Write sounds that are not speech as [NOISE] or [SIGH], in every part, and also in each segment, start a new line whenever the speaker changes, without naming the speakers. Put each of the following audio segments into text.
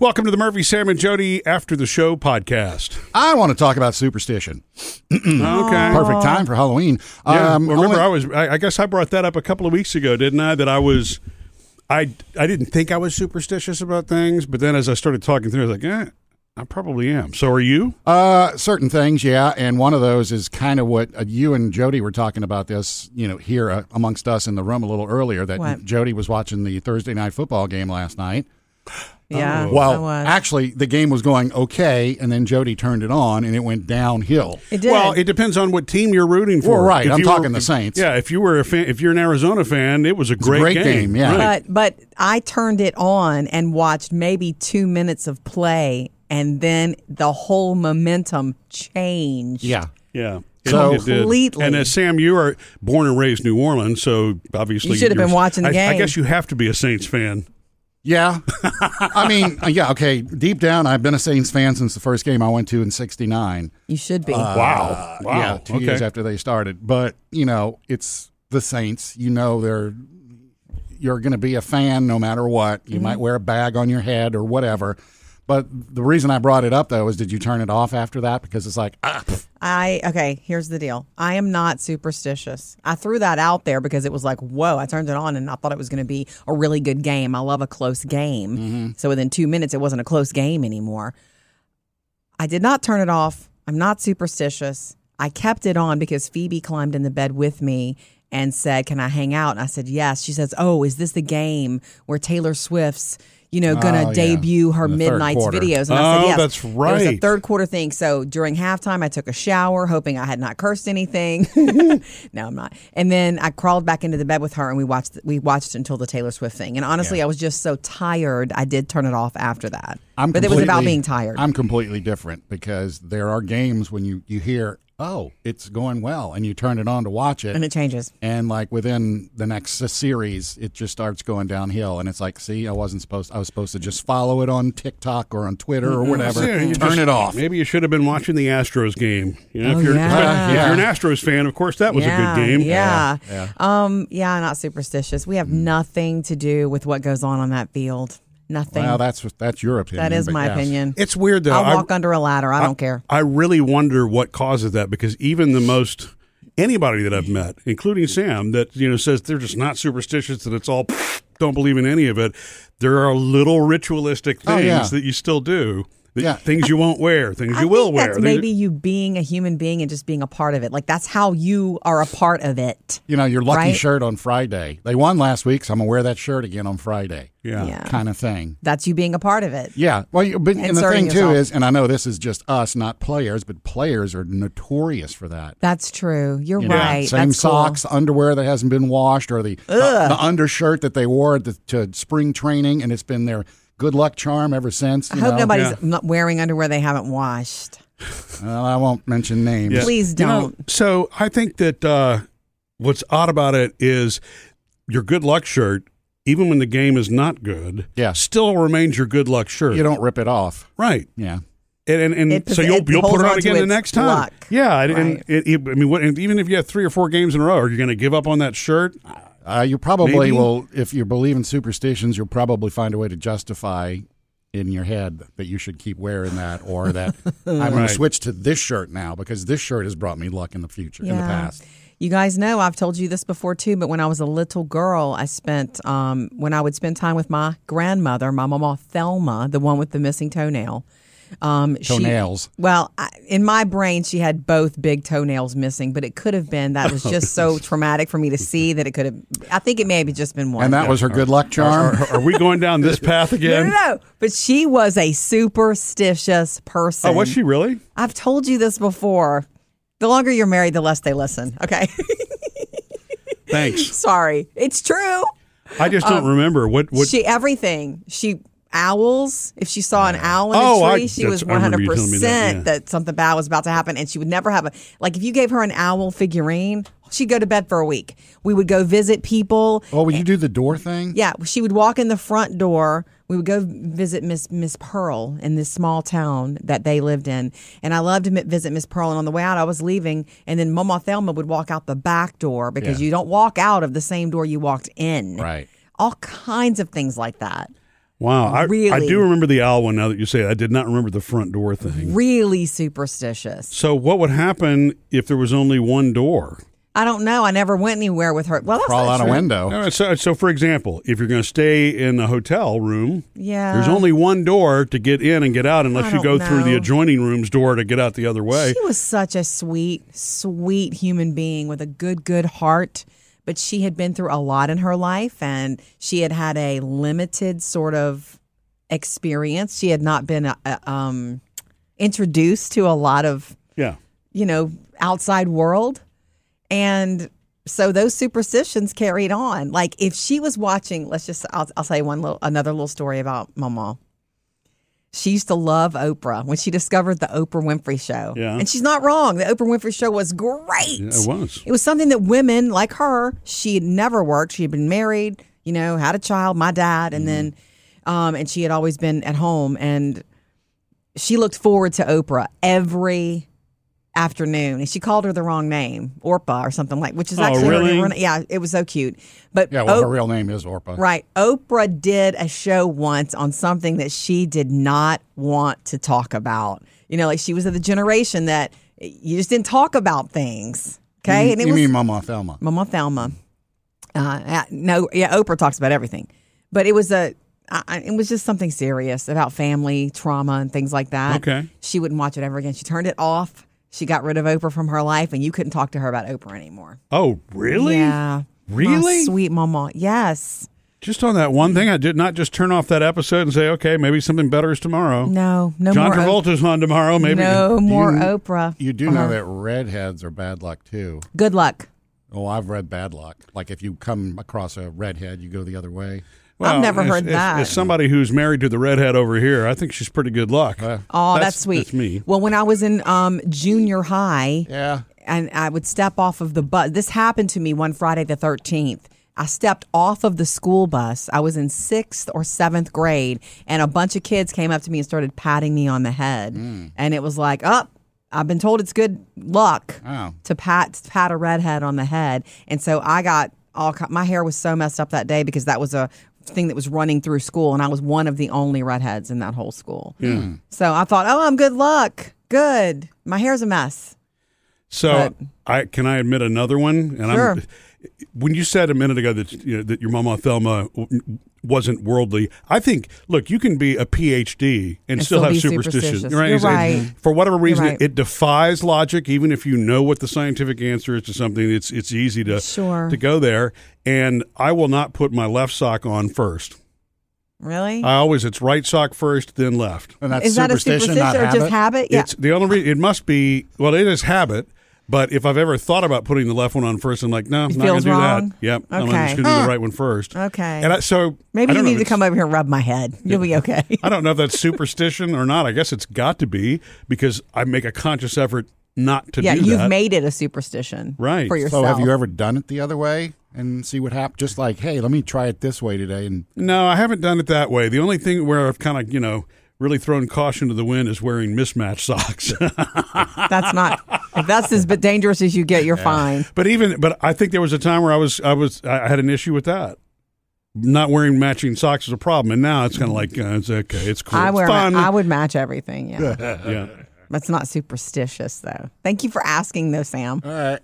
Welcome to the Murphy, Sam, and Jody After the Show podcast.
I want to talk about superstition.
Okay.
Perfect time for Halloween.
Yeah,
Hmm. Oh. Um,
well, remember,
only-
I was. I, I guess I brought that up a couple of weeks ago, didn't I? That I was. I I didn't think I was superstitious about things, but then as I started talking through, I was like, eh, I probably am. So are you?
uh, certain things, yeah, and one of those is kind of what uh, you and Jody were talking about this, you know, here uh, amongst us in the room a little earlier. That
What?
Jody was watching the Thursday night football game last night.
Yeah. I
Well,
was.
actually, the game was going okay, and then Jody turned it on, and it went downhill.
it did.
Well, it depends on what team you're rooting for.
Well, right,
If
I'm
you
talking
were-
the Saints.
Yeah. If you were a fan, if you're an Arizona fan, it was a great,
great game, yeah.
Right.
but but I turned it on and watched maybe two minutes of play, and then the whole momentum changed.
Yeah,
Yeah. It-
So-
it did.
Completely.
And as Sam, you are born and raised New Orleans, so obviously
You should have
you're-
been watching the
I- I
game.
guess you have to be a Saints fan.
yeah. I mean, [LAUGHS] uh, yeah. Okay, deep down, I've been a Saints fan since the first game I went to in '69.
You should be.
Wow.
Uh, Yeah, two years after they started. But, you know, it's the Saints. You know they're you're going to be a fan no matter what. You might wear a bag on your head or whatever. But the reason I brought it up though is did you turn it off after that because it's like ah, pff,
I okay. Here's the deal. I am not superstitious. I threw that out there because it was like, whoa! I turned it on and I thought it was going to be a really good game. I love a close game.
Mm-hmm.
So within two minutes, it wasn't a close game anymore. I did not turn it off. I'm not superstitious. I kept it on because Phoebe climbed in the bed with me and said, "Can I hang out?" And I said, "Yes." She says, "Oh, is this the game where Taylor Swift's, you know, going to
Oh, yeah.
debut her
In the third
midnight's
quarter.
videos?" And I
Oh,
said, "Yes."
that's
It was a
right.
third quarter thing. So during halftime, I took a shower, hoping I had not
[LAUGHS]
cursed anything. [LAUGHS] no, I'm not. And then I crawled back into the bed with her, and we watched we watched until the Taylor Swift thing. And honestly, I was just so tired. I did turn it off after that.
I'm
but it was about
completely-
being tired.
I'm completely different because there are games when you you hear, "Oh, it's going well," and you turn it on to watch it.
and it changes.
and like within the next s- series it just starts going downhill and it's like see i wasn't supposed i was supposed to just follow it on tiktok or on twitter or whatever
Mm-hmm. Yeah, you
turn
just-
it off
Maybe you should have been watching the Astros game. You know,
Oh,
if, you're,
yeah.
if you're an Astros fan, of course, that was
yeah,
a good game.
Yeah.
Yeah, Mm.
Um, yeah, not superstitious. We have nothing to do with what goes on on that field. Nothing.
well that's that's your opinion
that is
but
my
yes.
opinion.
It's weird, though.
I'll
I-
walk under a ladder. I don't care.
I really wonder what causes that because even the most anybody that I've met, including Sam, that you know says they're just not superstitious that it's all [LAUGHS] don't believe in any of it. There are little ritualistic things
Oh, yeah.
that you still do. that-
Yeah.
Things you won't wear, things
I
you will
think
wear.
That's
These-
maybe you being a human being and just being a part of it. Like that's how you are a part of it.
you know your lucky
Right?
shirt on friday they won last week so i'm gonna wear that shirt again on friday
yeah.
Yeah.
kind of thing
That's you being a part of it.
yeah well you, but and the
Inserting
thing too
yourself.
is and i know this is just us not players but players are notorious for that
That's true. You're
You know,
right.
Same
That's cool.
socks, underwear that hasn't been washed, or the the, the undershirt that they wore at the, to spring training, and it's been their good luck charm ever since.
I
you
hope
know.
nobody's
Yeah.
not wearing underwear they haven't washed.
Well, I won't mention names.
Yeah.
Please
You know,
don't.
so I think that uh, what's odd about it is your good luck shirt, even when the game is not good,
Yeah.
still remains your good luck shirt.
You don't rip it off.
right.
Yeah,
And, and, and
It-
so you'll,
it
you'll put
holds
it on
on to
again the
its
next time.
luck.
Yeah. And, and
Right.
it, it- I mean, what, and even if you have three or four games in a row, are you going to give up on that shirt?
uh, you probably
Maybe.
will. If you believe in superstitions, you'll probably find a way to justify in your head that you should keep wearing that, or
[LAUGHS]
that I'm going
Right.
to switch to this shirt now because this shirt has brought me luck in the future, in the
Yeah.
past.
You guys know I've told you this before too, but when I was a little girl, I spent um, when I would spend time with my grandmother, my mama Thelma, the one with the missing toenail. Um, she-
Toenails.
well, I, in my brain, she had both big toenails missing, but it could have been
[LAUGHS]
that
Oh,
was just so traumatic for me to see that it could have. I think it may have just been one.
And that was her good luck charm.
Are we going down this path
no, [LAUGHS]
again?
no, no. But she was a superstitious person.
Oh, was she really?
I've told you this before. The longer you're married, the less they listen. Okay. [LAUGHS]
Thanks.
Sorry. It's true.
I just don't remember what. what
Um, She everything. She owls. If she saw an owl in
Oh,
a
I-
tree, she was
that's- I
one
remember
hundred
you telling me that,
percent that,
yeah.
something bad was about to happen, and she would never have a like. If you gave her an owl figurine, she'd go to bed for a week. We would go visit people.
Oh, will you do the door thing?
Yeah, she would walk in the front door. We would go visit Miss Miss Pearl in this small town that they lived in, and I loved to mi- visit Miss Pearl. And on the way out, I was leaving, and then Mama Thelma would walk out the back door because
Yeah.
you don't walk out of the same door you walked in.
Right.
All kinds of things like that.
Wow. I, I
Really.
do remember the owl one now that you say it. I did not remember the front door thing.
Really superstitious.
So, what would happen if there was only one door?
I don't know. I never went anywhere with her. Well, that's
Crawl
not
out a
true.
window.
All right, so, so, for example, if you're going to stay in a hotel room,
Yeah.
there's only one door to get in and get out
Uh. I
unless you go
don't
through the
know.
adjoining room's door to get out the other way.
[LAUGHS] She was such a sweet, sweet human being with a good, good heart. But she had been through a lot in her life and she had had a limited sort of experience. She had not been uh, uh, um, introduced to a lot of,
yeah.
you know, outside world. And so those superstitions carried on. Like if she was watching, let's just, I'll, I'll say one little, another little story about Mama. She used to love Oprah when she discovered the Oprah Winfrey Show.
Yeah.
And she's not wrong. The Oprah Winfrey Show was great.
Yeah, it was.
It was something that women like her, she had never worked. She had been married, you know, had a child, my dad, and then,
Mm-hmm.
um, and she had always been at home. And she looked forward to Oprah every afternoon. And she called her the wrong name, Orpa or something like, which is
Oh,
actually her
really?
new- yeah, it was so cute. But
Yeah, well,
Op-
her real name is Orpa.
Oh. Right. Oprah did a show once on something that she did not want to talk about. You know, like she was of the generation that eh, you just didn't talk about things. Okay. and it
you
was
mean Mama Thelma?
Mama Thelma. Uh, uh, no, yeah, Oprah talks about everything, but it was a, I, I- it was just something serious about family trauma and things like that.
Okay.
she wouldn't watch it ever again. She turned it off. She got rid of Oprah from her life, and you couldn't talk to her about Oprah anymore.
Oh, really?
Yeah,
Really?
my sweet Mama. Yes,
Just on that one thing, I did not just turn off that episode and say, okay, maybe something better is tomorrow.
no, no
John
more. Oprah.
Travolta's on tomorrow. Maybe
No more
You-
Oprah.
You do
for
know
her.
that redheads are bad luck too.
Good luck.
Oh, I've read bad luck. Like if you come across a redhead, you go the other way.
I've never
as-
heard
as-
that.
As somebody who's married to the redhead over here, I think she's pretty good luck.
Oh, that's,
That's-
sweet.
that's me.
Well, when I was in um, junior high,
Yeah.
and I would step off of the bus. This happened to me one Friday the 13th. I stepped off of the school bus. I was in sixth or seventh grade, and a bunch of kids came up to me and started patting me on the head. And it was like, oh, I've been told it's good luck
Wow.
to pat to pat a redhead on the head. And so I got all ki- my hair was so messed up that day because that was a thing that was running through school, and I was one of the only redheads in that whole school. So I thought, oh, I'm good luck. Good. My hair's a mess.
So I can I admit another one? And
Sure.
I'm, when you said a minute ago that you know, that your mama Thelma w- wasn't worldly, I think look, you can be a PhD and, still,
still
have
be
superstition.
superstitious. You're
It's-
right.
it's- For whatever reason,
right.
it defies logic. Even if you know what the scientific answer is to something, it's it's easy to
Sure.
to go there. And I will not put my left sock on first.
Really?
I always it's right sock first, then left.
And that's
is that a
superstition,
superstition
not
or
habit.
just habit? Yeah.
It's the only reason it must be. Well, it is habit. But if I've ever thought about putting the left one on first, I'm like, no, I'm
It
not going to
feels
do that.
wrong?
Yep, I'm
Okay.
just going to do the right one first.
Okay.
And I, so
Maybe
I don't
you
know if
need to
it's-
come over here and rub my head. You'll be okay.
I don't know if that's superstition or not. I guess it's got to be because I make a conscious effort not to
[LAUGHS] yeah,
do
you've
that.
made it a superstition,
Right.
For
So
yourself.
So have you ever done it the other way and see what happens? Just like, hey, let me try it this way today. And
no, I haven't done it that way. The only thing where I've kind of you know really thrown caution to the wind is wearing mismatched [LAUGHS] socks.
That's not. If that's
[LAUGHS]
as bit dangerous as you get, you're fine.
But even but I think there was a time where I was I was I had an issue with that. Not wearing matching socks is a problem, and now it's kind of like uh, it's okay, it's cool,
I
it's
wear.
fun.
I would match
[LAUGHS]
everything. Yeah.
yeah.
That's not superstitious though. Thank you for asking though, Sam.
all right.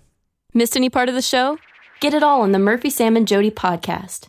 Missed any part of the show? Get it all on the Murphy, Sam, and Jody podcast.